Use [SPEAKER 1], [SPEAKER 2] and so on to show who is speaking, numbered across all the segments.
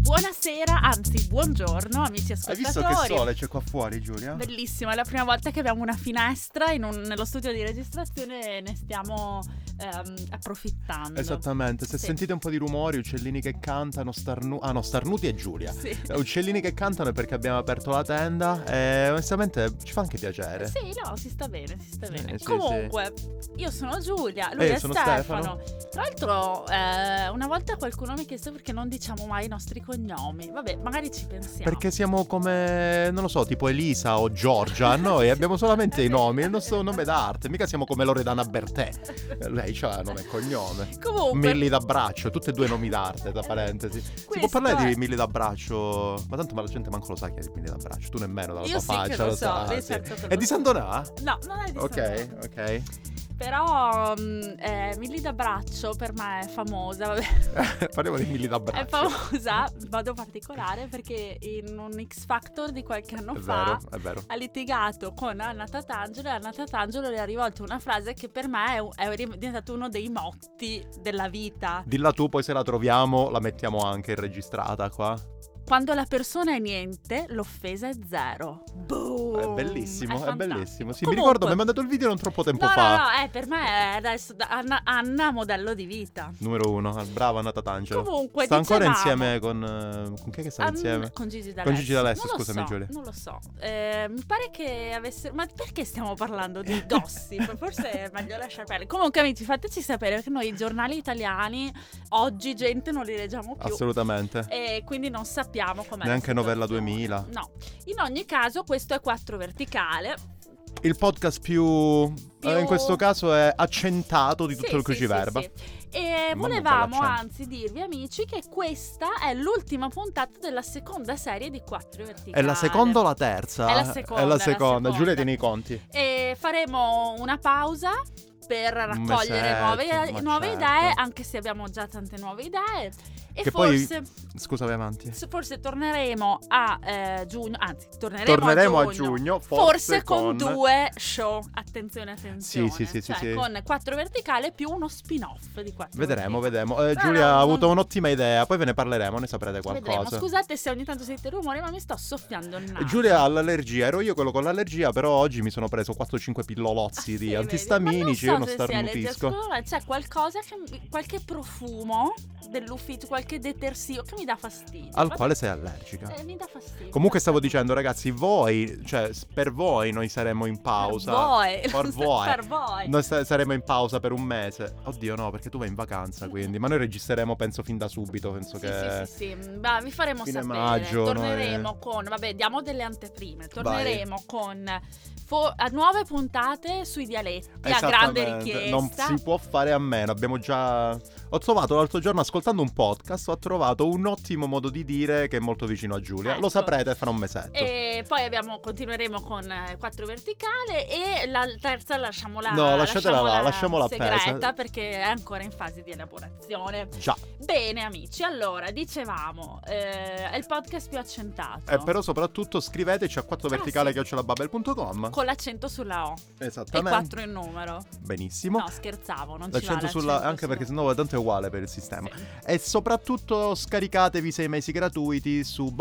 [SPEAKER 1] Buonasera, anzi buongiorno amici
[SPEAKER 2] Hai
[SPEAKER 1] ascoltatori.
[SPEAKER 2] visto che sole eh? c'è qua fuori, Giulia?
[SPEAKER 1] Bellissimo, è la prima volta che abbiamo una finestra in un- nello studio di registrazione e ne stiamo ehm, approfittando.
[SPEAKER 2] Esattamente, se
[SPEAKER 1] Sì.
[SPEAKER 2] sentite un po' di rumori, uccellini che cantano, starnu- ah no, starnuti è Giulia.
[SPEAKER 1] Sì.
[SPEAKER 2] Eh, Uccellini che cantano è perché abbiamo aperto la tenda e onestamente ci fa anche piacere.
[SPEAKER 1] Sì, no, si sta bene, si sta
[SPEAKER 2] Sì,
[SPEAKER 1] bene.
[SPEAKER 2] sì,
[SPEAKER 1] Comunque, io sono Giulia, lui
[SPEAKER 2] E io
[SPEAKER 1] è
[SPEAKER 2] sono
[SPEAKER 1] Stefano. Tra l'altro, eh, una volta qualcuno mi ha chiesto perché non diciamo mai i nostri cognomi. Vabbè, magari ci pensiamo.
[SPEAKER 2] Perché siamo come, non lo so, tipo Elisa o Giorgia, noi abbiamo solamente i nomi, il nostro nome d'arte, mica siamo come Loredana Bertè. Eh, Lei c'ha nome e cognome.
[SPEAKER 1] Comunque,
[SPEAKER 2] Milli d'abbraccio, tutti e due nomi d'arte, tra parentesi. Si può
[SPEAKER 1] questo
[SPEAKER 2] parlare
[SPEAKER 1] è-
[SPEAKER 2] di Milli d'abbraccio? Ma tanto ma la gente manco lo sa chi è Milli d'abbraccio, tu nemmeno dalla
[SPEAKER 1] Io
[SPEAKER 2] tua
[SPEAKER 1] sì
[SPEAKER 2] faccia
[SPEAKER 1] che lo so,
[SPEAKER 2] sa,
[SPEAKER 1] lei
[SPEAKER 2] sì.
[SPEAKER 1] certo che lo
[SPEAKER 2] È di
[SPEAKER 1] sa.
[SPEAKER 2] Sandonà?
[SPEAKER 1] No, non è di
[SPEAKER 2] Ok,
[SPEAKER 1] Sanremo.
[SPEAKER 2] ok.
[SPEAKER 1] Però mm, eh, Milly d'Abraccio per me è famosa, vabbè,
[SPEAKER 2] Parliamo di Milli d'abbraccio.
[SPEAKER 1] è famosa, in modo particolare, perché in un X Factor di qualche anno
[SPEAKER 2] È
[SPEAKER 1] fa
[SPEAKER 2] vero, è vero.
[SPEAKER 1] ha litigato con Anna Tatangelo e Anna Tatangelo le ha rivolto una frase che per me è, un- è rim- diventato uno dei motti della vita.
[SPEAKER 2] Dilla tu, poi se la troviamo la mettiamo anche registrata qua.
[SPEAKER 1] Quando la persona è niente, l'offesa è zero. Boom!
[SPEAKER 2] È bellissimo, è,
[SPEAKER 1] Oh, fantastico.
[SPEAKER 2] bellissimo. Sì, mi
[SPEAKER 1] Comunque-
[SPEAKER 2] ricordo, mi hai mandato il video non troppo tempo
[SPEAKER 1] No,
[SPEAKER 2] fa.
[SPEAKER 1] no, no, eh, per me è adesso da- Anna, Anna modello di vita.
[SPEAKER 2] Numero uno, Ah, brava Nata Tangelo.
[SPEAKER 1] Comunque,
[SPEAKER 2] Cioè, sta ancora
[SPEAKER 1] dicevamo-
[SPEAKER 2] insieme con... eh, Con chi è che sta
[SPEAKER 1] Ah,
[SPEAKER 2] insieme?
[SPEAKER 1] n- Con Gigi D'Alessio.
[SPEAKER 2] Con Gigi D'Alessio,
[SPEAKER 1] Non lo
[SPEAKER 2] scusami,
[SPEAKER 1] so,
[SPEAKER 2] Giulia.
[SPEAKER 1] Non lo so. Eh, mi pare che avessero... Ma perché stiamo parlando di gossip? Forse è meglio lasciar perdere. Comunque, amici, fateci sapere che noi i giornali italiani oggi, gente, non li leggiamo più. Eh.
[SPEAKER 2] Assolutamente.
[SPEAKER 1] E quindi non sappiamo com'è. la
[SPEAKER 2] Neanche Novella
[SPEAKER 1] situazione.
[SPEAKER 2] 2000.
[SPEAKER 1] No. In ogni caso, questo è 4 verticale.
[SPEAKER 2] Il podcast più, eh,
[SPEAKER 1] Più-
[SPEAKER 2] in questo caso è accentato di tutto
[SPEAKER 1] Sì,
[SPEAKER 2] il
[SPEAKER 1] sì, sì,
[SPEAKER 2] cruciverba.
[SPEAKER 1] sì. E
[SPEAKER 2] Mamma,
[SPEAKER 1] volevamo
[SPEAKER 2] bella accento.
[SPEAKER 1] anzi dirvi, amici, che questa è l'ultima puntata della seconda serie di 4 verticali.
[SPEAKER 2] È la seconda o la terza?
[SPEAKER 1] È la seconda,
[SPEAKER 2] È
[SPEAKER 1] è la
[SPEAKER 2] la seconda.
[SPEAKER 1] seconda.
[SPEAKER 2] Giulia, tieni i conti.
[SPEAKER 1] e faremo una pausa per raccogliere
[SPEAKER 2] certo,
[SPEAKER 1] nuove, eh,
[SPEAKER 2] ma
[SPEAKER 1] nuove
[SPEAKER 2] certo.
[SPEAKER 1] idee, anche se abbiamo già tante nuove idee. E
[SPEAKER 2] Che poi-
[SPEAKER 1] forse,
[SPEAKER 2] Scusa, vai avanti.
[SPEAKER 1] s- forse torneremo a eh, giugno, anzi, torneremo,
[SPEAKER 2] Torneremo
[SPEAKER 1] a
[SPEAKER 2] a
[SPEAKER 1] giugno.
[SPEAKER 2] giugno,
[SPEAKER 1] Forse
[SPEAKER 2] forse,
[SPEAKER 1] con due show, attenzione, attenzione.
[SPEAKER 2] Sì, sì, sì, sì,
[SPEAKER 1] cioè,
[SPEAKER 2] sì.
[SPEAKER 1] con quattro verticale più uno spin-off di quattro
[SPEAKER 2] Vedremo,
[SPEAKER 1] verticali.
[SPEAKER 2] vedremo. Eh,
[SPEAKER 1] No,
[SPEAKER 2] Giulia
[SPEAKER 1] no,
[SPEAKER 2] ha
[SPEAKER 1] no.
[SPEAKER 2] avuto un'ottima idea, poi ve ne parleremo, ne saprete
[SPEAKER 1] Vedremo.
[SPEAKER 2] qualcosa. Eh,
[SPEAKER 1] Scusate se ogni tanto sentite rumore, ma mi sto soffiando il naso.
[SPEAKER 2] Giulia ha l'allergia, ero io quello con l'allergia, però oggi mi sono preso 4-5
[SPEAKER 1] Ah,
[SPEAKER 2] pillolozzi
[SPEAKER 1] sì,
[SPEAKER 2] di
[SPEAKER 1] vedi?
[SPEAKER 2] antistaminici,
[SPEAKER 1] Ma
[SPEAKER 2] io
[SPEAKER 1] non
[SPEAKER 2] non
[SPEAKER 1] so se sia allergia,
[SPEAKER 2] starnutisco.
[SPEAKER 1] scusa, C'è qualcosa che- qualche profumo dell'ufficio, qualche detersivo che mi dà fastidio.
[SPEAKER 2] Al
[SPEAKER 1] Ma-
[SPEAKER 2] quale sei allergica?
[SPEAKER 1] eh, mi dà fastidio.
[SPEAKER 2] Comunque stavo dicendo ragazzi, voi, cioè s- per voi noi saremo in pausa.
[SPEAKER 1] Per voi.
[SPEAKER 2] Per voi.
[SPEAKER 1] Per voi.
[SPEAKER 2] Noi sta- saremo in pausa per un mese. Oddio, no, perché tu vai in vacanza, quindi. Ma noi registreremo, penso, fin da subito. Penso
[SPEAKER 1] Sì,
[SPEAKER 2] che.
[SPEAKER 1] sì, sì, sì. Ma vi faremo
[SPEAKER 2] fine
[SPEAKER 1] sapere.
[SPEAKER 2] maggio,
[SPEAKER 1] torneremo
[SPEAKER 2] noi-
[SPEAKER 1] con. Vabbè, diamo delle anteprime. Torneremo con fo- a nuove puntate sui dialetti. A
[SPEAKER 2] Esattamente,
[SPEAKER 1] grande richiesta.
[SPEAKER 2] Non si può fare a meno. Abbiamo già. Ho trovato l'altro giorno, ascoltando un podcast, ho trovato un ottimo modo di dire che è molto vicino a Giulia.
[SPEAKER 1] Ecco. Eh,
[SPEAKER 2] Lo saprete fra un mesetto.
[SPEAKER 1] E poi abbiamo- continueremo con eh, quattro verticale e la terza lasciamola
[SPEAKER 2] No, lasciatela là, lasciamola appesa.
[SPEAKER 1] segreta perché è ancora in fase di elaborazione.
[SPEAKER 2] Già,
[SPEAKER 1] Bene amici, allora dicevamo, eh, è il podcast più accentato.
[SPEAKER 2] Eh, però soprattutto scriveteci a 4 verticale
[SPEAKER 1] Ah, sì.
[SPEAKER 2] chiocciolababel.com.
[SPEAKER 1] Con l'accento sulla O e
[SPEAKER 2] Esattamente.
[SPEAKER 1] quattro in numero.
[SPEAKER 2] Benissimo.
[SPEAKER 1] No, scherzavo, non ci va
[SPEAKER 2] L'accento sulla. Anche perché sennò tanto è uguale per il sistema. E soprattutto scaricatevi 6 mesi gratuiti su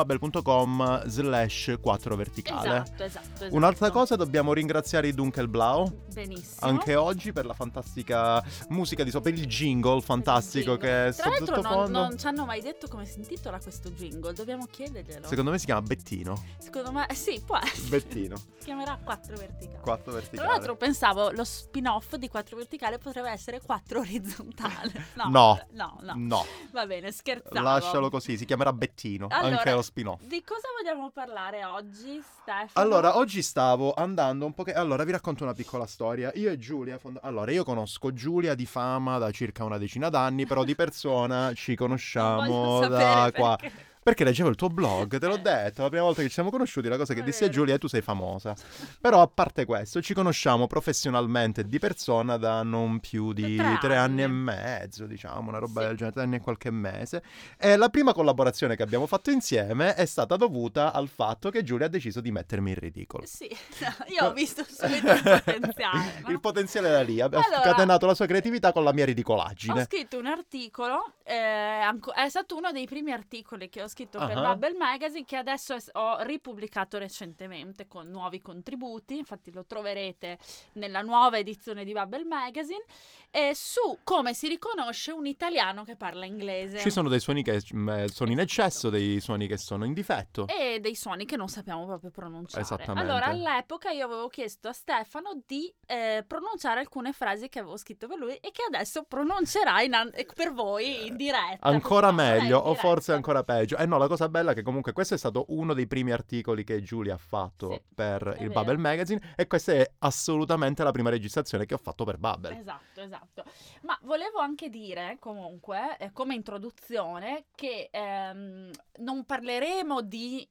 [SPEAKER 2] babbel.com slash 4 verticale.
[SPEAKER 1] Esatto, esatto, esatto.
[SPEAKER 2] Un'altra cosa, dobbiamo ringraziare i Dunkelblau
[SPEAKER 1] Benissimo.
[SPEAKER 2] anche oggi per la fantastica musica di so, per il jingle fantastico
[SPEAKER 1] Jingle.
[SPEAKER 2] che
[SPEAKER 1] Tra
[SPEAKER 2] è sotto
[SPEAKER 1] l'altro non,
[SPEAKER 2] sottofondo.
[SPEAKER 1] non ci hanno mai detto come si intitola questo jingle, dobbiamo chiederglielo.
[SPEAKER 2] Secondo me si chiama Bettino.
[SPEAKER 1] Secondo me, sì, può essere.
[SPEAKER 2] Bettino,
[SPEAKER 1] Si chiamerà 4 verticali.
[SPEAKER 2] 4
[SPEAKER 1] Tra
[SPEAKER 2] verticale.
[SPEAKER 1] l'altro pensavo lo spin-off di 4 verticale potrebbe essere 4 orizzontale. No,
[SPEAKER 2] No.
[SPEAKER 1] no, no.
[SPEAKER 2] No,
[SPEAKER 1] Va bene, scherzavo.
[SPEAKER 2] lascialo così, si chiamerà Bettino,
[SPEAKER 1] Allora-
[SPEAKER 2] anche lo spin-off.
[SPEAKER 1] Di cosa vogliamo parlare oggi, Stefano?
[SPEAKER 2] Allora, oggi stavo andando un po' che... Allora, vi racconto una piccola storia. Io e Giulia... fond- Allora, io conosco Giulia di fama da circa una decina d'anni, però di persona ci conosciamo
[SPEAKER 1] Voglio
[SPEAKER 2] da
[SPEAKER 1] sapere
[SPEAKER 2] qua.
[SPEAKER 1] perché.
[SPEAKER 2] Perché leggevo il tuo blog, te l'ho detto, la prima volta che ci siamo conosciuti, la cosa che
[SPEAKER 1] È
[SPEAKER 2] dissi a
[SPEAKER 1] vero.
[SPEAKER 2] Giulia è tu sei famosa. Però a parte questo, ci conosciamo professionalmente e di persona da non più di
[SPEAKER 1] Tre
[SPEAKER 2] tre,
[SPEAKER 1] anni.
[SPEAKER 2] anni. e mezzo, diciamo, una roba
[SPEAKER 1] Sì.
[SPEAKER 2] del genere, tre anni e qualche mese. E la prima collaborazione che abbiamo fatto insieme è stata dovuta al fatto che Giulia ha deciso di mettermi in ridicolo.
[SPEAKER 1] Sì, io ho visto subito il potenziale. no?
[SPEAKER 2] Il potenziale era lì, ha
[SPEAKER 1] Allora-
[SPEAKER 2] ha scatenato la sua creatività con la mia ridicolaggine.
[SPEAKER 1] Ho scritto un articolo, eh, anco- è stato uno dei primi articoli che ho scritto
[SPEAKER 2] Ah.
[SPEAKER 1] per Bubble Magazine che adesso es- ho ripubblicato recentemente con nuovi contributi, infatti lo troverete nella nuova edizione di Bubble Magazine, eh, su come si riconosce un italiano che parla inglese.
[SPEAKER 2] Ci sono dei suoni che mh, sono in eccesso, dei suoni che sono in difetto.
[SPEAKER 1] e dei suoni che non sappiamo proprio pronunciare.
[SPEAKER 2] Esattamente.
[SPEAKER 1] Allora, all'epoca io avevo chiesto a Stefano di eh, pronunciare alcune frasi che avevo scritto per lui e che adesso pronuncerà in an- per voi in diretta.
[SPEAKER 2] Eh, Ancora
[SPEAKER 1] Possiamo fare in
[SPEAKER 2] meglio, o
[SPEAKER 1] diretta.
[SPEAKER 2] forse ancora peggio. Eh no, la cosa bella è che comunque questo è stato uno dei primi articoli che Giulia ha fatto
[SPEAKER 1] Sì,
[SPEAKER 2] per
[SPEAKER 1] è
[SPEAKER 2] il
[SPEAKER 1] vero.
[SPEAKER 2] Bubble Magazine e questa è assolutamente la prima registrazione che ho fatto per Bubble.
[SPEAKER 1] Esatto, esatto. Ma volevo anche dire, comunque, eh, come introduzione, che ehm, non parleremo di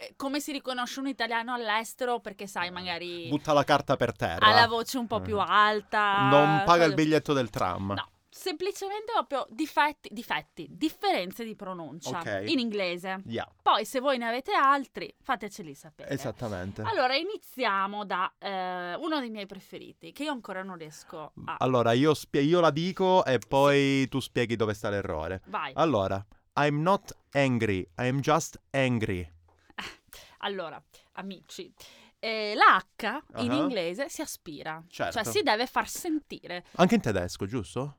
[SPEAKER 1] eh, come si riconosce un italiano all'estero, perché
[SPEAKER 2] Mm.
[SPEAKER 1] sai, magari
[SPEAKER 2] Butta la carta per terra.
[SPEAKER 1] ha la voce un po' più
[SPEAKER 2] Eh.
[SPEAKER 1] alta.
[SPEAKER 2] Non paga il
[SPEAKER 1] cose-
[SPEAKER 2] biglietto del tram.
[SPEAKER 1] Ah, No, semplicemente proprio difetti, difetti, differenze di pronuncia
[SPEAKER 2] Ok.
[SPEAKER 1] in inglese.
[SPEAKER 2] Yeah,
[SPEAKER 1] Poi se voi ne avete altri, fateceli sapere.
[SPEAKER 2] esattamente.
[SPEAKER 1] Allora iniziamo da eh, uno dei miei preferiti, che io ancora non riesco a...
[SPEAKER 2] Allora, io, spie- io la dico e poi tu spieghi dove sta l'errore.
[SPEAKER 1] Vai.
[SPEAKER 2] Allora, I'm not angry, I'm just angry.
[SPEAKER 1] Allora, amici, eh, la H in
[SPEAKER 2] Ah.
[SPEAKER 1] inglese si aspira,
[SPEAKER 2] Certo.
[SPEAKER 1] cioè si deve far sentire.
[SPEAKER 2] Anche in tedesco, giusto?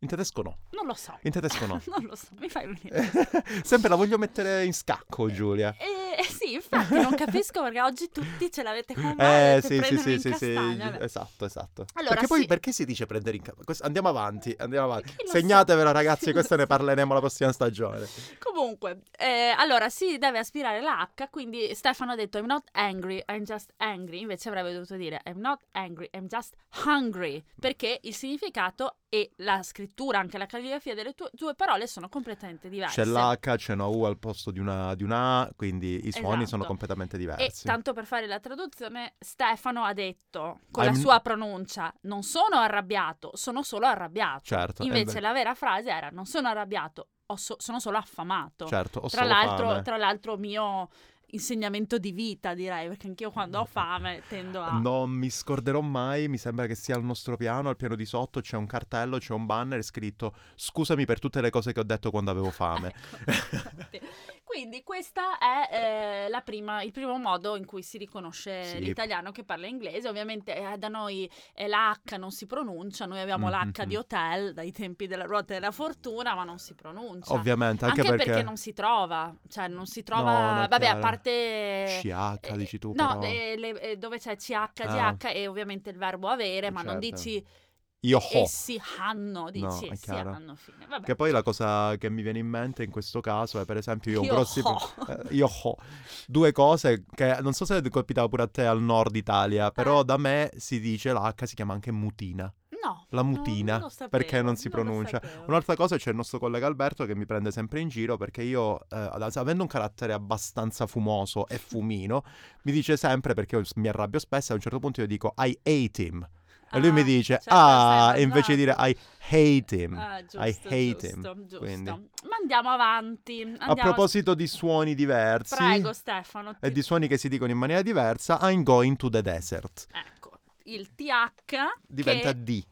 [SPEAKER 2] In tedesco no.
[SPEAKER 1] Non lo so.
[SPEAKER 2] In tedesco no.
[SPEAKER 1] non lo so, mi fai venire.
[SPEAKER 2] Sempre la voglio mettere in scacco, Giulia.
[SPEAKER 1] Eh, eh, sì, infatti non capisco perché oggi tutti ce l'avete con me.
[SPEAKER 2] Eh, sì, sì, sì, sì, sì, esatto, esatto.
[SPEAKER 1] Allora,
[SPEAKER 2] perché poi
[SPEAKER 1] sì.
[SPEAKER 2] perché si dice prendere in capo? Questo- Andiamo avanti, andiamo avanti.
[SPEAKER 1] Perché lo
[SPEAKER 2] Segnatevela,
[SPEAKER 1] so.
[SPEAKER 2] ragazzi,
[SPEAKER 1] Lo
[SPEAKER 2] questa ne
[SPEAKER 1] so.
[SPEAKER 2] parleremo la prossima stagione.
[SPEAKER 1] Comunque, eh, allora si deve aspirare la H, quindi Stefano ha detto I'm not angry, I'm just angry, invece avrebbe dovuto dire I'm not angry, I'm just hungry, perché il significato e la scrittura, anche la calligrafia delle tue, due parole sono completamente diverse.
[SPEAKER 2] C'è l'H, c'è una U al posto di una, di una A, quindi i suoni sono
[SPEAKER 1] Esatto.
[SPEAKER 2] completamente
[SPEAKER 1] E
[SPEAKER 2] diversi.
[SPEAKER 1] tanto per fare la traduzione, Stefano ha detto con
[SPEAKER 2] I'm-
[SPEAKER 1] la sua pronuncia non sono arrabbiato, sono solo arrabbiato.
[SPEAKER 2] Certo, eh
[SPEAKER 1] Invece
[SPEAKER 2] beh,
[SPEAKER 1] la vera frase era non sono arrabbiato, ho so- sono solo affamato.
[SPEAKER 2] certo, ho
[SPEAKER 1] tra,
[SPEAKER 2] solo
[SPEAKER 1] l'altro,
[SPEAKER 2] fame.
[SPEAKER 1] tra l'altro mio insegnamento di vita direi, perché anch'io quando ho fame tendo a...
[SPEAKER 2] Non mi scorderò mai, mi sembra che sia al nostro piano, al piano di sotto c'è un cartello, c'è un banner scritto "Scusami per tutte le cose che ho detto quando avevo fame".
[SPEAKER 1] Ecco, infatti. Quindi questa è eh, la prima- il primo modo in cui si riconosce
[SPEAKER 2] Sì.
[SPEAKER 1] l'italiano che parla inglese. Ovviamente eh, da noi eh, la H non si pronuncia, noi abbiamo
[SPEAKER 2] Mm,
[SPEAKER 1] l'H
[SPEAKER 2] mm,
[SPEAKER 1] di
[SPEAKER 2] mm.
[SPEAKER 1] hotel dai tempi della ruota della fortuna, ma non si pronuncia.
[SPEAKER 2] Ovviamente, anche,
[SPEAKER 1] Anche, perché... non si trova, cioè non si trova,
[SPEAKER 2] no, è
[SPEAKER 1] vabbè a
[SPEAKER 2] chiaro.
[SPEAKER 1] parte...
[SPEAKER 2] CH
[SPEAKER 1] Eh,
[SPEAKER 2] dici tu
[SPEAKER 1] No,
[SPEAKER 2] però.
[SPEAKER 1] eh, le- eh, dove c'è CH,
[SPEAKER 2] Ah.
[SPEAKER 1] GH e ovviamente il verbo avere, ma non
[SPEAKER 2] Certo.
[SPEAKER 1] dici
[SPEAKER 2] Io ho.
[SPEAKER 1] essi hanno, dici
[SPEAKER 2] No, è
[SPEAKER 1] essi
[SPEAKER 2] chiaro.
[SPEAKER 1] hanno, fine. Vabbè.
[SPEAKER 2] Che poi la cosa che mi viene in mente in questo caso è per esempio io ho
[SPEAKER 1] Io
[SPEAKER 2] grossi
[SPEAKER 1] ho.
[SPEAKER 2] eh, io ho due cose che non so se ti capitava pure a te al nord Italia, però
[SPEAKER 1] Eh.
[SPEAKER 2] da me si dice la H si chiama anche mutina,
[SPEAKER 1] No,
[SPEAKER 2] la
[SPEAKER 1] no,
[SPEAKER 2] mutina
[SPEAKER 1] non lo sapevo,
[SPEAKER 2] perché non si
[SPEAKER 1] lo
[SPEAKER 2] pronuncia.
[SPEAKER 1] sapevo.
[SPEAKER 2] Un'altra cosa c'è il nostro collega Alberto che mi prende sempre in giro perché io, eh, ad- avendo un carattere abbastanza fumoso e fumino, mi dice sempre perché io mi arrabbio spesso. A un certo punto io dico I hate him. E lui mi
[SPEAKER 1] Ah,
[SPEAKER 2] dice,
[SPEAKER 1] cioè,
[SPEAKER 2] ah,
[SPEAKER 1] sei
[SPEAKER 2] e invece di dire
[SPEAKER 1] arrabbiato.
[SPEAKER 2] I hate him.
[SPEAKER 1] Ah, giusto,
[SPEAKER 2] I hate
[SPEAKER 1] giusto,
[SPEAKER 2] him,
[SPEAKER 1] giusto.
[SPEAKER 2] quindi.
[SPEAKER 1] Ma andiamo avanti.
[SPEAKER 2] A
[SPEAKER 1] andiamo-
[SPEAKER 2] proposito di suoni diversi
[SPEAKER 1] Prego Stefano.
[SPEAKER 2] e
[SPEAKER 1] ti-
[SPEAKER 2] di suoni che si dicono in maniera diversa, I'm going to the desert.
[SPEAKER 1] Ecco, il TH
[SPEAKER 2] Diventa
[SPEAKER 1] che
[SPEAKER 2] D.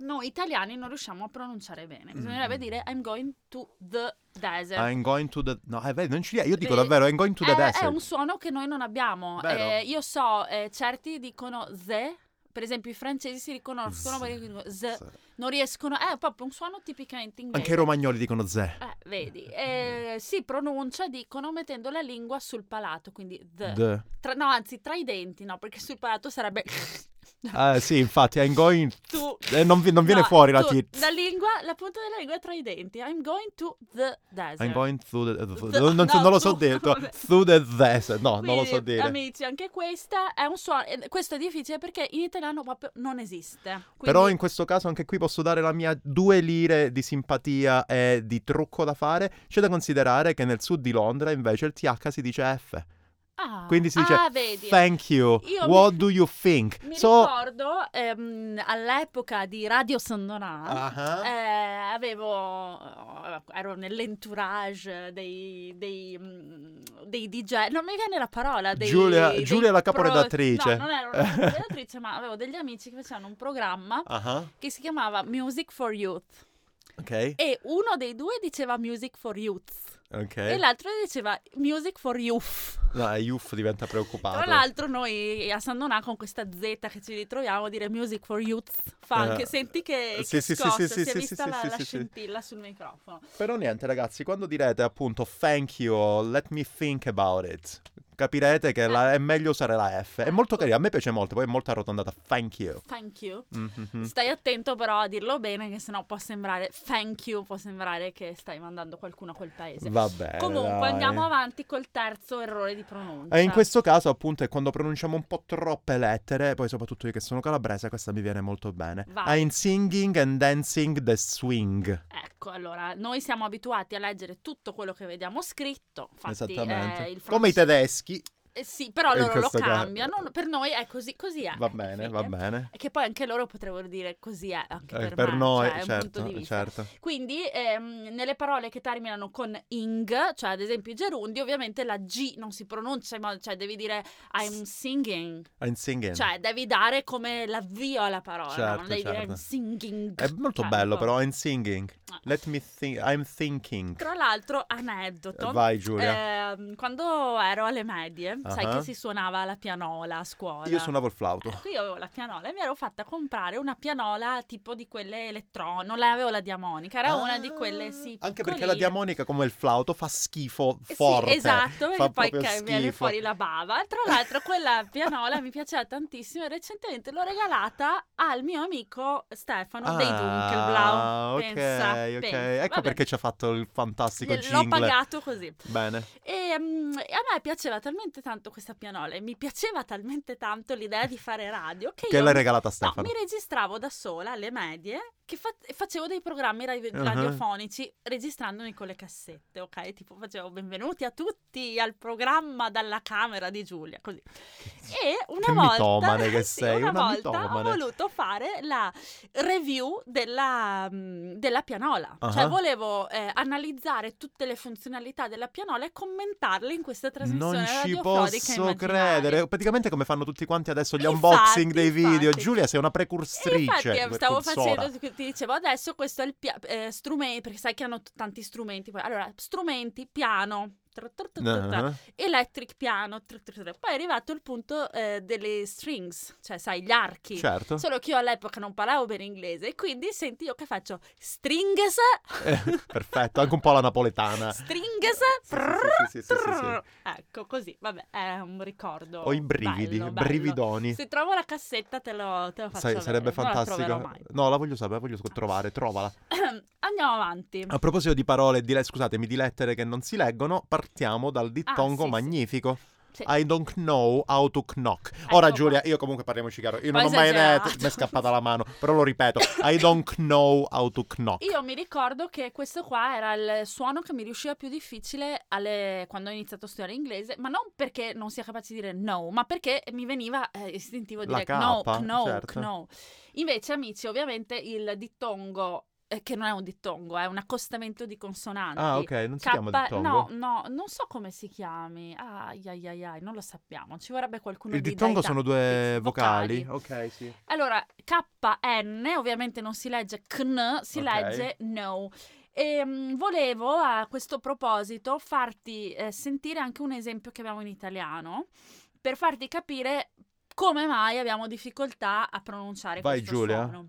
[SPEAKER 1] noi italiani non riusciamo a pronunciare bene. Bisognerebbe
[SPEAKER 2] Mm.
[SPEAKER 1] dire I'm going to the desert.
[SPEAKER 2] I'm going to the... No, eh, vedi, non ci Io
[SPEAKER 1] Vedi?
[SPEAKER 2] dico davvero, I'm going to the
[SPEAKER 1] è,
[SPEAKER 2] desert.
[SPEAKER 1] è un suono che noi non abbiamo.
[SPEAKER 2] Vero.
[SPEAKER 1] Eh, io so, eh, certi dicono ze, per esempio i francesi si riconoscono
[SPEAKER 2] Z.
[SPEAKER 1] perché dicono ze, non riescono, è proprio un suono tipicamente inglese.
[SPEAKER 2] Anche i romagnoli dicono ze.
[SPEAKER 1] Eh, vedi, eh, si pronuncia, dicono, mettendo la lingua sul palato, quindi the.
[SPEAKER 2] The.
[SPEAKER 1] Tra- no, anzi, tra i denti, no, perché sul palato sarebbe...
[SPEAKER 2] Eh, sì, infatti, I'm going...
[SPEAKER 1] tu...
[SPEAKER 2] Eh, non, vi- non viene
[SPEAKER 1] no,
[SPEAKER 2] fuori la
[SPEAKER 1] tu-
[SPEAKER 2] T.
[SPEAKER 1] La lingua, la punta della lingua è tra i denti. I'm going to the desert.
[SPEAKER 2] I'm going through the...
[SPEAKER 1] The-
[SPEAKER 2] non, non so-
[SPEAKER 1] Cioè, no,
[SPEAKER 2] non lo so
[SPEAKER 1] tu-
[SPEAKER 2] dire.
[SPEAKER 1] vabbè.
[SPEAKER 2] Through the desert. No, Oh, non lo so
[SPEAKER 1] Quindi,
[SPEAKER 2] dire.
[SPEAKER 1] Amici, anche questa è un suono. eh, Questo è difficile perché in italiano proprio non esiste. Quindi,
[SPEAKER 2] Però in questo caso anche qui posso dare la mia due lire di simpatia e di trucco da fare. C'è da considerare che nel sud di Londra invece il TH si dice F.
[SPEAKER 1] Ah,
[SPEAKER 2] Quindi si dice
[SPEAKER 1] ah, vedi.
[SPEAKER 2] thank you,
[SPEAKER 1] Io mi-
[SPEAKER 2] what do you think?
[SPEAKER 1] Mi
[SPEAKER 2] so...
[SPEAKER 1] ricordo ehm, all'epoca di Radio Sandonà.
[SPEAKER 2] Ah,
[SPEAKER 1] eh, avevo eh, ero nell'entourage dei, dei, mm, dei DJ non mi viene la parola dei,
[SPEAKER 2] Giulia-
[SPEAKER 1] dei
[SPEAKER 2] Giulia è la
[SPEAKER 1] pro-
[SPEAKER 2] caporedattrice.
[SPEAKER 1] no non ero la caporedattrice ma avevo degli amici che facevano un programma
[SPEAKER 2] ah,
[SPEAKER 1] che si chiamava Music for Youth
[SPEAKER 2] ok.
[SPEAKER 1] e uno dei due diceva Music for Youth
[SPEAKER 2] Ok.
[SPEAKER 1] E l'altro diceva music for youth.
[SPEAKER 2] No, Yuff diventa preoccupato.
[SPEAKER 1] Tra l'altro noi a San Donà con questa Z che ci ritroviamo a dire music for youth fa anche,
[SPEAKER 2] Eh,
[SPEAKER 1] senti che,
[SPEAKER 2] sì,
[SPEAKER 1] che
[SPEAKER 2] sì, sì,
[SPEAKER 1] scossa,
[SPEAKER 2] sì, sì,
[SPEAKER 1] si è
[SPEAKER 2] sì,
[SPEAKER 1] vista
[SPEAKER 2] sì,
[SPEAKER 1] la,
[SPEAKER 2] sì,
[SPEAKER 1] la
[SPEAKER 2] sì, sì.
[SPEAKER 1] scintilla sul microfono.
[SPEAKER 2] Però niente, ragazzi, quando direte appunto thank you, let me think about it, capirete che la- è meglio usare la F. È molto carina, a me piace molto, poi è molto arrotondata. Thank you.
[SPEAKER 1] Thank you.
[SPEAKER 2] Mhm.
[SPEAKER 1] Stai attento però a dirlo bene che sennò può sembrare thank you, può sembrare che stai mandando qualcuno a quel paese.
[SPEAKER 2] Va bene.
[SPEAKER 1] Comunque
[SPEAKER 2] dai.
[SPEAKER 1] andiamo avanti col terzo errore di pronuncia.
[SPEAKER 2] E Eh, in questo caso, appunto, è quando pronunciamo un po' troppe lettere, poi soprattutto io che sono calabrese, questa mi viene molto bene.
[SPEAKER 1] Vai.
[SPEAKER 2] I'm singing and dancing the swing.
[SPEAKER 1] Ecco, allora, noi siamo abituati a leggere tutto quello che vediamo scritto, infatti
[SPEAKER 2] Esattamente.
[SPEAKER 1] eh, il
[SPEAKER 2] Come
[SPEAKER 1] francese-
[SPEAKER 2] i tedeschi.
[SPEAKER 1] Eh sì, però
[SPEAKER 2] In
[SPEAKER 1] loro lo
[SPEAKER 2] questo caso-
[SPEAKER 1] cambiano, no, per noi è così, così è.
[SPEAKER 2] Va bene, va bene.
[SPEAKER 1] E che poi anche loro potrebbero dire così è, anche
[SPEAKER 2] Eh,
[SPEAKER 1] per, me,
[SPEAKER 2] noi,
[SPEAKER 1] cioè, è un punto di
[SPEAKER 2] certo,
[SPEAKER 1] vista.
[SPEAKER 2] certo.
[SPEAKER 1] Quindi ehm, nelle parole che terminano con ing, cioè ad esempio i gerundi, ovviamente la G non si pronuncia, in modo- cioè devi dire I'm singing,
[SPEAKER 2] I'm Ah, singing.
[SPEAKER 1] cioè devi dare come l'avvio alla parola,
[SPEAKER 2] Certo,
[SPEAKER 1] non devi dire
[SPEAKER 2] certo.
[SPEAKER 1] I'm singing.
[SPEAKER 2] È molto
[SPEAKER 1] Cioè,
[SPEAKER 2] bello,
[SPEAKER 1] un po'.
[SPEAKER 2] però. I'm singing.
[SPEAKER 1] Ah.
[SPEAKER 2] Let me think. I'm thinking.
[SPEAKER 1] Tra l'altro, aneddoto.
[SPEAKER 2] Vai, Giulia.
[SPEAKER 1] ehm, quando ero alle medie, sai
[SPEAKER 2] Ah.
[SPEAKER 1] che si suonava la pianola a scuola.
[SPEAKER 2] Io suonavo il flauto.
[SPEAKER 1] Ecco, io avevo la pianola e mi ero fatta comprare una pianola tipo di quelle elettroniche. Non la avevo la diamonica, era una di quelle sì.
[SPEAKER 2] Ah, Anche perché la
[SPEAKER 1] piccoline.
[SPEAKER 2] diamonica, come il flauto, fa schifo
[SPEAKER 1] Eh sì,
[SPEAKER 2] forte.
[SPEAKER 1] esatto,
[SPEAKER 2] fa
[SPEAKER 1] perché poi
[SPEAKER 2] proprio
[SPEAKER 1] ca- viene
[SPEAKER 2] schifo.
[SPEAKER 1] fuori la bava. Tra l'altro, quella pianola mi piaceva tantissimo e recentemente l'ho regalata al mio amico Stefano dei
[SPEAKER 2] Ah,
[SPEAKER 1] Dunkelblau.
[SPEAKER 2] ok,
[SPEAKER 1] Pensa,
[SPEAKER 2] ok.
[SPEAKER 1] pensa.
[SPEAKER 2] Ecco
[SPEAKER 1] Vabbè,
[SPEAKER 2] perché ci ha fatto il fantastico
[SPEAKER 1] gliel- L'ho
[SPEAKER 2] jingle.
[SPEAKER 1] pagato così.
[SPEAKER 2] Bene.
[SPEAKER 1] E, mm, e a me piaceva talmente tanto questa pianola e mi piaceva talmente tanto l'idea di fare radio che,
[SPEAKER 2] Che
[SPEAKER 1] io
[SPEAKER 2] l'hai regalata a
[SPEAKER 1] no,
[SPEAKER 2] Stefano.
[SPEAKER 1] mi registravo da sola alle medie che fa- facevo dei programmi radio-
[SPEAKER 2] Ah.
[SPEAKER 1] radiofonici registrandomi con le cassette, ok? Tipo facevo benvenuti a tutti al programma dalla camera di Giulia, così. E una
[SPEAKER 2] Che
[SPEAKER 1] volta,
[SPEAKER 2] mitomane che
[SPEAKER 1] sì,
[SPEAKER 2] sei,
[SPEAKER 1] una,
[SPEAKER 2] una
[SPEAKER 1] volta ho
[SPEAKER 2] mitomane.
[SPEAKER 1] voluto fare la review della, mm, della pianola, cioè
[SPEAKER 2] Ah.
[SPEAKER 1] volevo eh, analizzare tutte le funzionalità della pianola e commentarle in questa trasmissione
[SPEAKER 2] Non ci
[SPEAKER 1] radiofonica
[SPEAKER 2] posso
[SPEAKER 1] immaginaria.
[SPEAKER 2] credere. Praticamente come fanno tutti quanti adesso gli
[SPEAKER 1] Infatti,
[SPEAKER 2] unboxing dei video.
[SPEAKER 1] infatti.
[SPEAKER 2] Giulia sei una
[SPEAKER 1] E infatti
[SPEAKER 2] precurstrice.
[SPEAKER 1] eh, stavo
[SPEAKER 2] precursora.
[SPEAKER 1] facendo, ti dicevo adesso questo è il pia- eh, strumento, perché sai che hanno t- tanti strumenti, poi- allora strumenti, piano, tra- tra- tra- tra- tra,
[SPEAKER 2] Ah.
[SPEAKER 1] electric piano, tra- tra- tra. poi è arrivato il punto eh, delle strings, cioè sai gli archi.
[SPEAKER 2] Certo.
[SPEAKER 1] Solo che io all'epoca non parlavo bene inglese, e quindi senti io che faccio strings,
[SPEAKER 2] Eh, perfetto, anche un po' la napoletana.
[SPEAKER 1] strings,
[SPEAKER 2] Sì,
[SPEAKER 1] prrr,
[SPEAKER 2] sì, sì, sì, sì, sì, sì.
[SPEAKER 1] prrr. ecco così, vabbè è un ricordo.
[SPEAKER 2] Ho i brividi,
[SPEAKER 1] bello, bello.
[SPEAKER 2] brividoni.
[SPEAKER 1] Se trovo la cassetta te lo, te lo faccio
[SPEAKER 2] Sai, sarebbe
[SPEAKER 1] avere, non la troverò
[SPEAKER 2] fantastico.
[SPEAKER 1] mai.
[SPEAKER 2] no, la voglio sapere, la voglio trovare, trovala.
[SPEAKER 1] Andiamo avanti.
[SPEAKER 2] A proposito di parole, di le- scusatemi, di lettere che non si leggono, partiamo dal dittongo
[SPEAKER 1] Ah, sì, sì.
[SPEAKER 2] magnifico.
[SPEAKER 1] Sì.
[SPEAKER 2] I don't know how to knock. Ora
[SPEAKER 1] Ecco
[SPEAKER 2] Giulia,
[SPEAKER 1] qua.
[SPEAKER 2] io comunque parliamoci chiaro, io
[SPEAKER 1] Poi
[SPEAKER 2] non ho mai
[SPEAKER 1] esagerato.
[SPEAKER 2] detto, mi è scappata la mano, però lo ripeto, I don't know how to knock.
[SPEAKER 1] Io mi ricordo che questo qua era il suono che mi riusciva più difficile alle- quando ho iniziato a studiare inglese, ma non perché non sia capace di dire no, ma perché mi veniva eh, istintivo
[SPEAKER 2] La
[SPEAKER 1] dire no,
[SPEAKER 2] K,
[SPEAKER 1] no,
[SPEAKER 2] certo.
[SPEAKER 1] no. Invece, amici, ovviamente il dittongo, eh, che non è un dittongo, è un accostamento di consonanti.
[SPEAKER 2] Ah, ok, non si chiama
[SPEAKER 1] K-
[SPEAKER 2] dittongo.
[SPEAKER 1] No, no, non so come si chiami. Ai, ai, ai, ai, non lo sappiamo. Ci vorrebbe qualcuno
[SPEAKER 2] Il
[SPEAKER 1] di
[SPEAKER 2] dittongo
[SPEAKER 1] dai-
[SPEAKER 2] sono due vocali.
[SPEAKER 1] vocali.
[SPEAKER 2] Ok, sì.
[SPEAKER 1] Allora, KN ovviamente non si legge KN, si
[SPEAKER 2] Ok.
[SPEAKER 1] legge no. E mm, volevo a questo proposito farti eh, sentire anche un esempio che abbiamo in italiano per farti capire come mai abbiamo difficoltà a pronunciare
[SPEAKER 2] Vai,
[SPEAKER 1] questo
[SPEAKER 2] Giulia.
[SPEAKER 1] suono.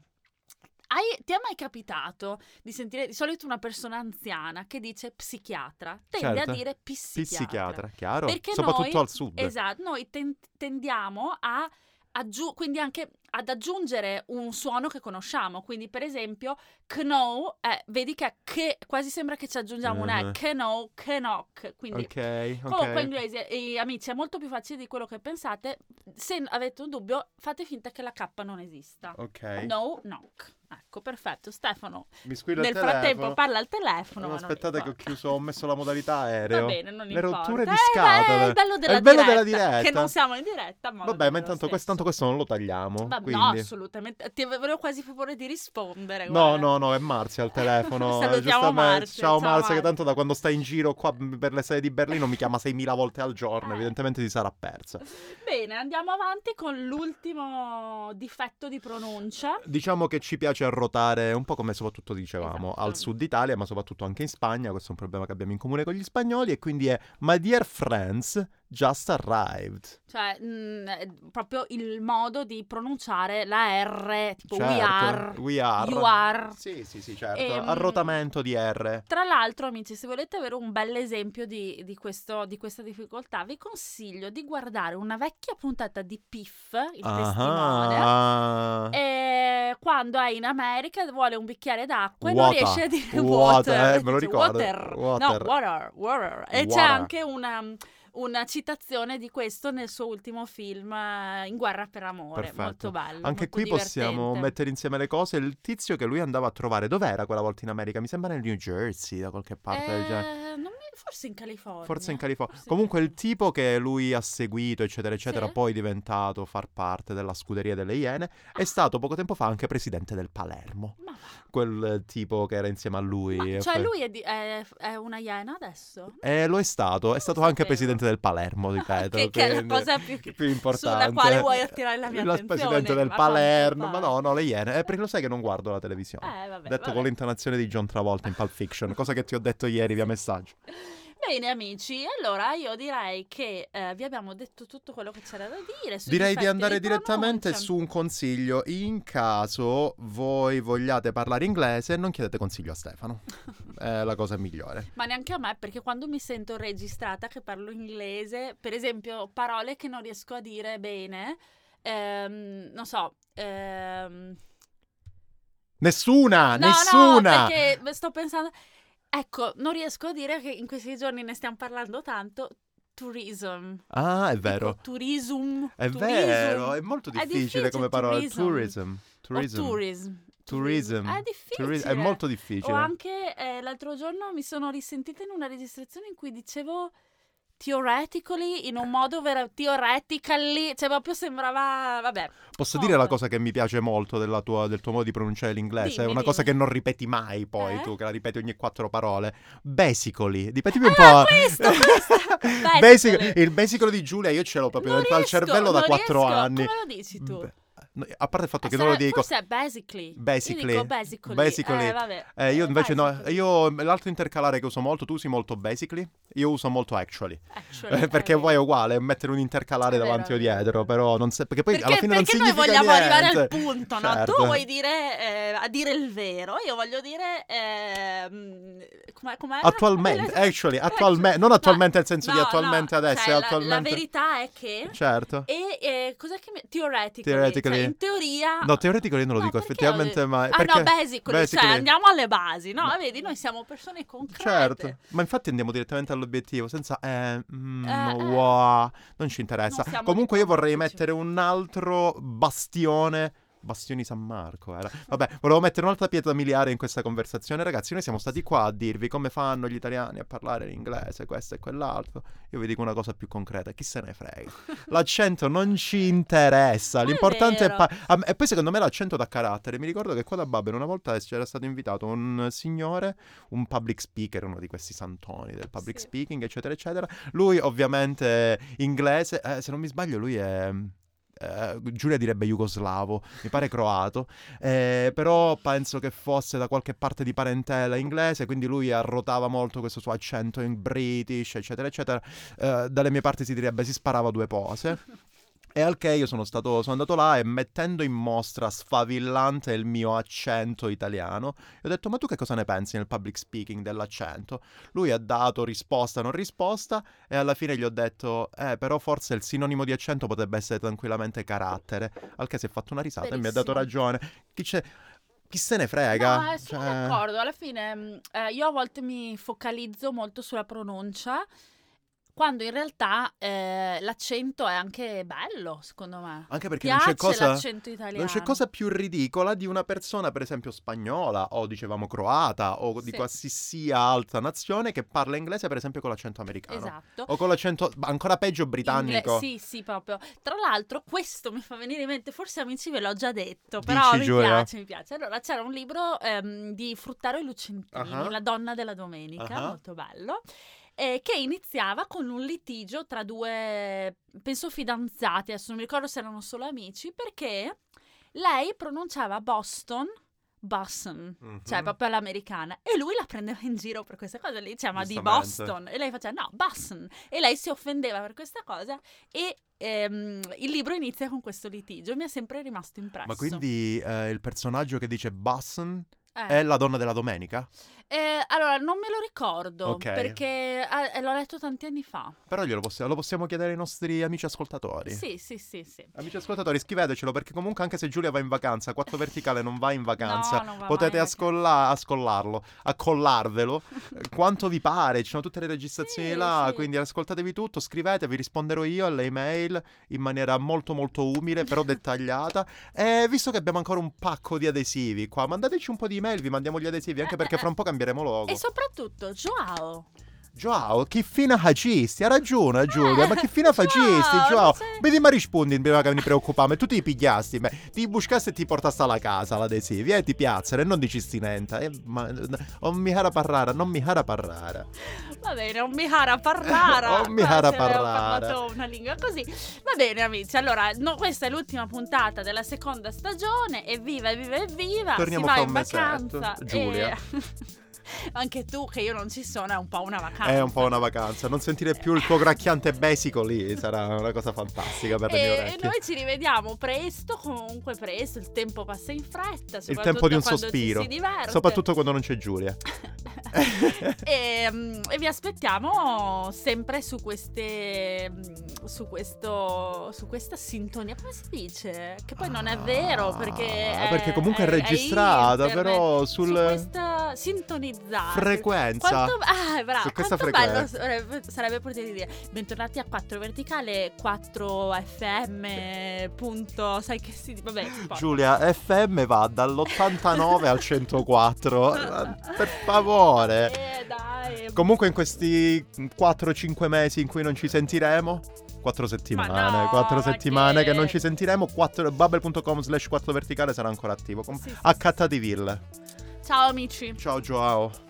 [SPEAKER 1] Hai- ti è mai capitato di sentire di solito una persona anziana che dice psichiatra? Tende
[SPEAKER 2] Certo.
[SPEAKER 1] a dire
[SPEAKER 2] Psichiatra, chiaro?
[SPEAKER 1] Perché
[SPEAKER 2] Soprattutto
[SPEAKER 1] noi-
[SPEAKER 2] al sud.
[SPEAKER 1] Esatto, noi ten- tendiamo a aggiu- quindi anche ad aggiungere un suono che conosciamo. Quindi, per esempio, Kno, eh, vedi che, è che- quasi sembra che ci aggiungiamo una
[SPEAKER 2] Ah.
[SPEAKER 1] E, Kno, Knok. Quindi,
[SPEAKER 2] ok, ok.
[SPEAKER 1] comunque in inglese, eh, amici, è molto più facile di quello che pensate. Se avete un dubbio, fate finta che la K non esista.
[SPEAKER 2] Ok.
[SPEAKER 1] No, knock. Ecco, perfetto. Stefano,
[SPEAKER 2] Mi squilla
[SPEAKER 1] nel
[SPEAKER 2] il telefono.
[SPEAKER 1] frattempo parla al telefono.
[SPEAKER 2] No,
[SPEAKER 1] ma non
[SPEAKER 2] aspettate che ho
[SPEAKER 1] importa.
[SPEAKER 2] chiuso, ho messo la modalità aereo.
[SPEAKER 1] Va bene, non
[SPEAKER 2] Le
[SPEAKER 1] importa.
[SPEAKER 2] rotture di
[SPEAKER 1] Eh,
[SPEAKER 2] scatole.
[SPEAKER 1] beh, È il bello della,
[SPEAKER 2] È il bello della
[SPEAKER 1] diretta, Che
[SPEAKER 2] diretta.
[SPEAKER 1] non siamo in diretta, ma
[SPEAKER 2] Vabbè, ma
[SPEAKER 1] è lo
[SPEAKER 2] intanto
[SPEAKER 1] stesso.
[SPEAKER 2] questo, tanto questo non lo tagliamo.
[SPEAKER 1] Va no,
[SPEAKER 2] quindi-
[SPEAKER 1] assolutamente. Ti avevo quasi favore di rispondere.
[SPEAKER 2] No,
[SPEAKER 1] guarda.
[SPEAKER 2] no, no, è Marzia al telefono. eh,
[SPEAKER 1] Salutiamo
[SPEAKER 2] giustamente.
[SPEAKER 1] Marzia, ciao
[SPEAKER 2] Ciao, Marzia, che
[SPEAKER 1] Marzia.
[SPEAKER 2] tanto da quando sta in giro qua m- per le sedi di Berlino mi chiama 6.000 volte al giorno,
[SPEAKER 1] Eh.
[SPEAKER 2] evidentemente si sarà persa.
[SPEAKER 1] Bene, andiamo avanti con l'ultimo difetto di pronuncia.
[SPEAKER 2] Diciamo che ci piace rotare un po' come soprattutto dicevamo
[SPEAKER 1] Esatto.
[SPEAKER 2] al sud Italia, ma soprattutto anche in Spagna, questo è un problema che abbiamo in comune con gli spagnoli e quindi è My dear friends just arrived.
[SPEAKER 1] Cioè, mh, è proprio il modo di pronunciare la R, tipo we are,
[SPEAKER 2] Certo, we are.
[SPEAKER 1] you are.
[SPEAKER 2] Sì, sì, sì, certo.
[SPEAKER 1] Ehm,
[SPEAKER 2] Arrotamento di R.
[SPEAKER 1] Tra l'altro, amici, se volete avere un bel esempio di, di questo- di questa difficoltà, vi consiglio di guardare una vecchia puntata di Piff, il testimone.
[SPEAKER 2] Ah.
[SPEAKER 1] E quando è in America vuole un bicchiere d'acqua e non
[SPEAKER 2] Water,
[SPEAKER 1] riesce a dire
[SPEAKER 2] water,
[SPEAKER 1] water.
[SPEAKER 2] eh, me lo
[SPEAKER 1] dice
[SPEAKER 2] ricordo,
[SPEAKER 1] Water.
[SPEAKER 2] water.
[SPEAKER 1] No, water, water. E c'è
[SPEAKER 2] Water.
[SPEAKER 1] anche una, una citazione di questo nel suo ultimo film, eh, In guerra per amore.
[SPEAKER 2] Perfetto.
[SPEAKER 1] Molto bello.
[SPEAKER 2] Anche
[SPEAKER 1] molto
[SPEAKER 2] qui possiamo
[SPEAKER 1] divertente.
[SPEAKER 2] mettere insieme le cose. Il tizio che lui andava a trovare, dov'era quella volta in America? Mi sembra nel New Jersey, da qualche parte del genere.
[SPEAKER 1] Eh, non mi- forse in California.
[SPEAKER 2] Forse in California.
[SPEAKER 1] Eh, forse in
[SPEAKER 2] Comunque il
[SPEAKER 1] California.
[SPEAKER 2] tipo che lui ha seguito, eccetera, eccetera,
[SPEAKER 1] Sì.
[SPEAKER 2] poi è diventato far parte della scuderia delle Iene, è stato poco tempo fa anche presidente del Palermo.
[SPEAKER 1] Ma va.
[SPEAKER 2] Quel eh, tipo che era insieme a lui.
[SPEAKER 1] Ma,
[SPEAKER 2] e
[SPEAKER 1] cioè,
[SPEAKER 2] poi-
[SPEAKER 1] lui è, di- è- è una iena adesso?
[SPEAKER 2] Eh, lo è stato, è
[SPEAKER 1] lo
[SPEAKER 2] stato anche
[SPEAKER 1] sapevo.
[SPEAKER 2] presidente del Palermo, ripeto.
[SPEAKER 1] che, che è la
[SPEAKER 2] quindi-
[SPEAKER 1] cosa più,
[SPEAKER 2] più importante.
[SPEAKER 1] Sulla quale vuoi attirare la mia
[SPEAKER 2] La
[SPEAKER 1] attenzione.
[SPEAKER 2] presidente del
[SPEAKER 1] ma quanto
[SPEAKER 2] Palermo, ma
[SPEAKER 1] pare.
[SPEAKER 2] no, no, le Iene. Eh, perché lo sai che non guardo la televisione.
[SPEAKER 1] Eh, vabbè,
[SPEAKER 2] detto
[SPEAKER 1] vabbè.
[SPEAKER 2] con l'intonazione di John Travolta in Pulp Fiction, cosa che ti ho detto ieri via messaggio.
[SPEAKER 1] Bene amici, allora io direi che eh, vi abbiamo detto tutto quello che c'era da dire. sui
[SPEAKER 2] Direi di
[SPEAKER 1] difetti cioè.
[SPEAKER 2] andare direttamente
[SPEAKER 1] pronuncia.
[SPEAKER 2] su un consiglio in caso voi vogliate parlare inglese, non chiedete consiglio a Stefano. È la cosa migliore.
[SPEAKER 1] Ma neanche a me, perché quando mi sento registrata che parlo inglese, per esempio parole che non riesco a dire bene, ehm, non so... ehm,
[SPEAKER 2] Nessuna,
[SPEAKER 1] No,
[SPEAKER 2] nessuna.
[SPEAKER 1] No, perché sto pensando. Ecco, non riesco a dire che in questi giorni ne stiamo parlando tanto. Tourism.
[SPEAKER 2] Ah, è vero.
[SPEAKER 1] Tipo, tourism.
[SPEAKER 2] È
[SPEAKER 1] tourism,
[SPEAKER 2] vero, è molto
[SPEAKER 1] È
[SPEAKER 2] difficile,
[SPEAKER 1] difficile,
[SPEAKER 2] come parola.
[SPEAKER 1] tourism.
[SPEAKER 2] Tourism.
[SPEAKER 1] o tourism.
[SPEAKER 2] Tourism.
[SPEAKER 1] È difficile.
[SPEAKER 2] Tourism. È molto
[SPEAKER 1] O
[SPEAKER 2] difficile.
[SPEAKER 1] anche eh, l'altro giorno mi sono risentita in una registrazione in cui dicevo theoretically in un modo vera- theoretically, cioè proprio sembrava vabbè.
[SPEAKER 2] Posso
[SPEAKER 1] No,
[SPEAKER 2] dire la
[SPEAKER 1] vabbè.
[SPEAKER 2] cosa che mi piace molto della tua- del tuo modo di pronunciare l'inglese? è
[SPEAKER 1] Dimmi,
[SPEAKER 2] una cosa che
[SPEAKER 1] dimmi.
[SPEAKER 2] non ripeti mai poi,
[SPEAKER 1] Eh?
[SPEAKER 2] tu che la ripeti ogni quattro parole. Basically, ripetimi un
[SPEAKER 1] Ah,
[SPEAKER 2] po'.
[SPEAKER 1] questo, questo.
[SPEAKER 2] Basic-
[SPEAKER 1] Basically.
[SPEAKER 2] il basicolo di Giulia io ce l'ho proprio
[SPEAKER 1] Non
[SPEAKER 2] dentro
[SPEAKER 1] riesco,
[SPEAKER 2] al cervello da
[SPEAKER 1] non
[SPEAKER 2] quattro
[SPEAKER 1] riesco.
[SPEAKER 2] anni.
[SPEAKER 1] Come lo dici tu?
[SPEAKER 2] Beh, no, A parte il fatto
[SPEAKER 1] Eh,
[SPEAKER 2] che non lo
[SPEAKER 1] sarà-
[SPEAKER 2] dico.
[SPEAKER 1] Forse è basically.
[SPEAKER 2] Basically.
[SPEAKER 1] Io dico basically.
[SPEAKER 2] Basically.
[SPEAKER 1] Eh, vabbè.
[SPEAKER 2] Eh, io
[SPEAKER 1] Eh,
[SPEAKER 2] invece no,
[SPEAKER 1] basically.
[SPEAKER 2] io l'altro intercalare che uso molto, tu usi molto basically, io uso molto actually.
[SPEAKER 1] Actually,
[SPEAKER 2] Eh, perché
[SPEAKER 1] eh,
[SPEAKER 2] poi è uguale mettere un intercalare
[SPEAKER 1] È vero,
[SPEAKER 2] davanti o
[SPEAKER 1] è vero.
[SPEAKER 2] dietro, però non se- perché poi
[SPEAKER 1] perché,
[SPEAKER 2] alla fine non
[SPEAKER 1] perché noi
[SPEAKER 2] significa
[SPEAKER 1] vogliamo arrivare al
[SPEAKER 2] niente.
[SPEAKER 1] punto,
[SPEAKER 2] Certo.
[SPEAKER 1] no? Tu vuoi dire eh, a dire il vero, io voglio dire ehm, com'è, com'è?
[SPEAKER 2] Attualmente,
[SPEAKER 1] Eh, actually.
[SPEAKER 2] actually, attualmente, non
[SPEAKER 1] No,
[SPEAKER 2] attualmente nel senso di
[SPEAKER 1] no,
[SPEAKER 2] attualmente
[SPEAKER 1] no,
[SPEAKER 2] adesso,
[SPEAKER 1] cioè,
[SPEAKER 2] è
[SPEAKER 1] la- La,
[SPEAKER 2] attualmente...
[SPEAKER 1] verità è che
[SPEAKER 2] Certo.
[SPEAKER 1] e eh, cos'è che mi... theoretically,
[SPEAKER 2] Theoretically.
[SPEAKER 1] cioè, in teoria
[SPEAKER 2] No, teoretico io non lo
[SPEAKER 1] No,
[SPEAKER 2] dico
[SPEAKER 1] perché
[SPEAKER 2] effettivamente, ma...
[SPEAKER 1] Ah
[SPEAKER 2] perché...
[SPEAKER 1] no, basically,
[SPEAKER 2] basically.
[SPEAKER 1] cioè andiamo alle basi, no?
[SPEAKER 2] Ma-
[SPEAKER 1] Vedi, noi siamo persone concrete.
[SPEAKER 2] Certo, ma infatti andiamo direttamente all'obiettivo, senza eh, mm,
[SPEAKER 1] Eh, eh.
[SPEAKER 2] wow, non ci interessa.
[SPEAKER 1] Non siamo
[SPEAKER 2] Comunque io vorrei
[SPEAKER 1] diplomatici.
[SPEAKER 2] mettere un altro bastione, bastioni San Marco era. Vabbè, volevo mettere un'altra pietra miliare in questa conversazione, ragazzi, noi siamo stati qua a dirvi come fanno gli italiani a parlare l'inglese, questo e quell'altro. Io vi dico una cosa più concreta, chi se ne frega. L'accento non ci interessa,
[SPEAKER 1] È
[SPEAKER 2] l'importante è...
[SPEAKER 1] vero.
[SPEAKER 2] pa- a me- e poi secondo me l'accento da carattere, mi ricordo che qua da Babel una volta c'era stato invitato un signore un public speaker, uno di questi santoni del public
[SPEAKER 1] Sì.
[SPEAKER 2] speaking, eccetera, eccetera. Lui ovviamente inglese, eh, se non mi sbaglio lui è... eh, Giulia direbbe jugoslavo, mi pare croato, eh, però penso che fosse da qualche parte di parentela inglese, quindi lui arrotava molto questo suo accento in british, eccetera, eccetera. Eh, dalle mie parti si direbbe si sparava due pose. E al che io sono, stato, sono andato là e mettendo in mostra sfavillante il mio accento italiano, gli ho detto ma tu che cosa ne pensi nel public speaking dell'accento? Lui ha dato risposta, non risposta e alla fine gli ho detto eh però forse il sinonimo di accento potrebbe essere tranquillamente carattere, al che si è fatto una risata e mi ha dato
[SPEAKER 1] Verissimo.
[SPEAKER 2] ragione. Chi, c'è- chi se ne
[SPEAKER 1] No,
[SPEAKER 2] frega?
[SPEAKER 1] eh, sono
[SPEAKER 2] Cioè,
[SPEAKER 1] mm, d'accordo. Alla fine mh, eh, io a volte mi focalizzo molto sulla pronuncia. Quando in realtà eh, l'accento è anche bello, secondo me.
[SPEAKER 2] Anche perché non
[SPEAKER 1] Piace
[SPEAKER 2] c'è cosa...
[SPEAKER 1] l'accento italiano.
[SPEAKER 2] Non c'è cosa più ridicola di una persona, per esempio, spagnola o dicevamo croata o di
[SPEAKER 1] Sì.
[SPEAKER 2] qualsiasi altra nazione che parla inglese, per esempio, con l'accento americano.
[SPEAKER 1] Esatto.
[SPEAKER 2] O con l'accento ma ancora peggio britannico.
[SPEAKER 1] Ingle- sì, sì, proprio. Tra l'altro, questo mi fa venire in mente, forse amici ve l'ho già detto, però
[SPEAKER 2] Dici,
[SPEAKER 1] mi
[SPEAKER 2] Giulia?
[SPEAKER 1] piace, mi piace. Allora, c'era un libro ehm, di Fruttaro e Lucentini,
[SPEAKER 2] Ah.
[SPEAKER 1] La donna della domenica,
[SPEAKER 2] Ah.
[SPEAKER 1] molto bello. eh, che iniziava con un litigio tra due, penso fidanzati, adesso non mi ricordo se erano solo amici, perché lei pronunciava Boston, Boston,
[SPEAKER 2] Mhm.
[SPEAKER 1] cioè proprio all'americana. E lui la prendeva in giro per questa cosa, lei diceva cioè, ma di
[SPEAKER 2] Giustamente.
[SPEAKER 1] Boston. E lei faceva no, Boston. E lei si offendeva per questa cosa e ehm, il libro inizia con questo litigio, mi è sempre rimasto impresso.
[SPEAKER 2] Ma quindi eh, il personaggio che dice Basson
[SPEAKER 1] Eh.
[SPEAKER 2] è la donna della domenica?
[SPEAKER 1] Eh, allora, non me lo ricordo
[SPEAKER 2] Ok.
[SPEAKER 1] perché ah, eh, l'ho letto tanti anni fa.
[SPEAKER 2] Però glielo possi- lo possiamo chiedere ai nostri amici ascoltatori.
[SPEAKER 1] Sì, sì, sì, sì.
[SPEAKER 2] Amici ascoltatori, scrivetecelo perché comunque anche se Giulia va in vacanza, 4 verticale non va in vacanza.
[SPEAKER 1] non va
[SPEAKER 2] Potete
[SPEAKER 1] mai in
[SPEAKER 2] ascolla- ascollarlo, accollarvelo eh, quanto vi pare, ci sono tutte le registrazioni
[SPEAKER 1] Sì,
[SPEAKER 2] là,
[SPEAKER 1] sì.
[SPEAKER 2] quindi ascoltatevi tutto, scrivete, vi risponderò io alle email in maniera molto molto umile, però dettagliata. E visto che abbiamo ancora un pacco di adesivi qua, mandateci un po' di email, vi mandiamo gli adesivi, anche perché fra un po' cambieremo logo.
[SPEAKER 1] E soprattutto, Joao.
[SPEAKER 2] Joao, che fine facisti? Ha ragione Giulia,
[SPEAKER 1] Eh,
[SPEAKER 2] ma che fine
[SPEAKER 1] Joao,
[SPEAKER 2] facisti, Joao?
[SPEAKER 1] non sei-
[SPEAKER 2] Vedi ma rispondi prima che mi preoccupavo, tu ti pigliasti, ma ti buscasti e ti portasti alla casa l'adesivi, eh, ti piazzano e non dici sti niente, eh, ma non mi cara parrara, non mi cara parrara.
[SPEAKER 1] Va bene, non mi hara parlara.
[SPEAKER 2] Non mi hara
[SPEAKER 1] Guarda, abbiamo
[SPEAKER 2] parlara.
[SPEAKER 1] cioè, parlato una lingua così. Va bene, amici. Allora, no, questa è l'ultima puntata della seconda stagione. Evviva, evviva, evviva.
[SPEAKER 2] Torniamo
[SPEAKER 1] si va
[SPEAKER 2] fra
[SPEAKER 1] in
[SPEAKER 2] un mesetto.
[SPEAKER 1] vacanza.
[SPEAKER 2] Giulia.
[SPEAKER 1] E- Anche tu, che io non ci sono, è un po' una vacanza.
[SPEAKER 2] È un po' una vacanza, non sentire più il tuo gracchiante besico lì sarà una cosa fantastica per le mie
[SPEAKER 1] E, e
[SPEAKER 2] orecchie.
[SPEAKER 1] noi ci rivediamo presto, comunque presto, il tempo passa in fretta,
[SPEAKER 2] Il tempo di
[SPEAKER 1] soprattutto quando
[SPEAKER 2] un
[SPEAKER 1] ci
[SPEAKER 2] sospiro,
[SPEAKER 1] si diverte.
[SPEAKER 2] soprattutto quando non c'è Giulia.
[SPEAKER 1] Eh, e, mm, e vi aspettiamo sempre su queste mm, su questo su questa sintonia come si dice che poi non è vero perché
[SPEAKER 2] Ah,
[SPEAKER 1] è-
[SPEAKER 2] perché comunque è registrata, però sul-
[SPEAKER 1] su questa sintonizzata
[SPEAKER 2] Frequenza.
[SPEAKER 1] quanto, ah, brava,
[SPEAKER 2] Su questa
[SPEAKER 1] quanto bello
[SPEAKER 2] frequenza.
[SPEAKER 1] sarebbe, sarebbe poter dire bentornati a 4 verticale 4 fm punto sai che si vabbè poi.
[SPEAKER 2] Giulia, FM va dall'89 al 104. Per favore.
[SPEAKER 1] eh, dai
[SPEAKER 2] Comunque in questi 4-5 mesi in cui non ci sentiremo, 4 settimane,
[SPEAKER 1] no,
[SPEAKER 2] 4
[SPEAKER 1] ma
[SPEAKER 2] settimane che...
[SPEAKER 1] che-
[SPEAKER 2] non ci sentiremo, 4 bubble.com slash 4 verticale sarà ancora attivo. Com-
[SPEAKER 1] Sì, sì,
[SPEAKER 2] Accattati ville.
[SPEAKER 1] ciao amici
[SPEAKER 2] Ciao Joao.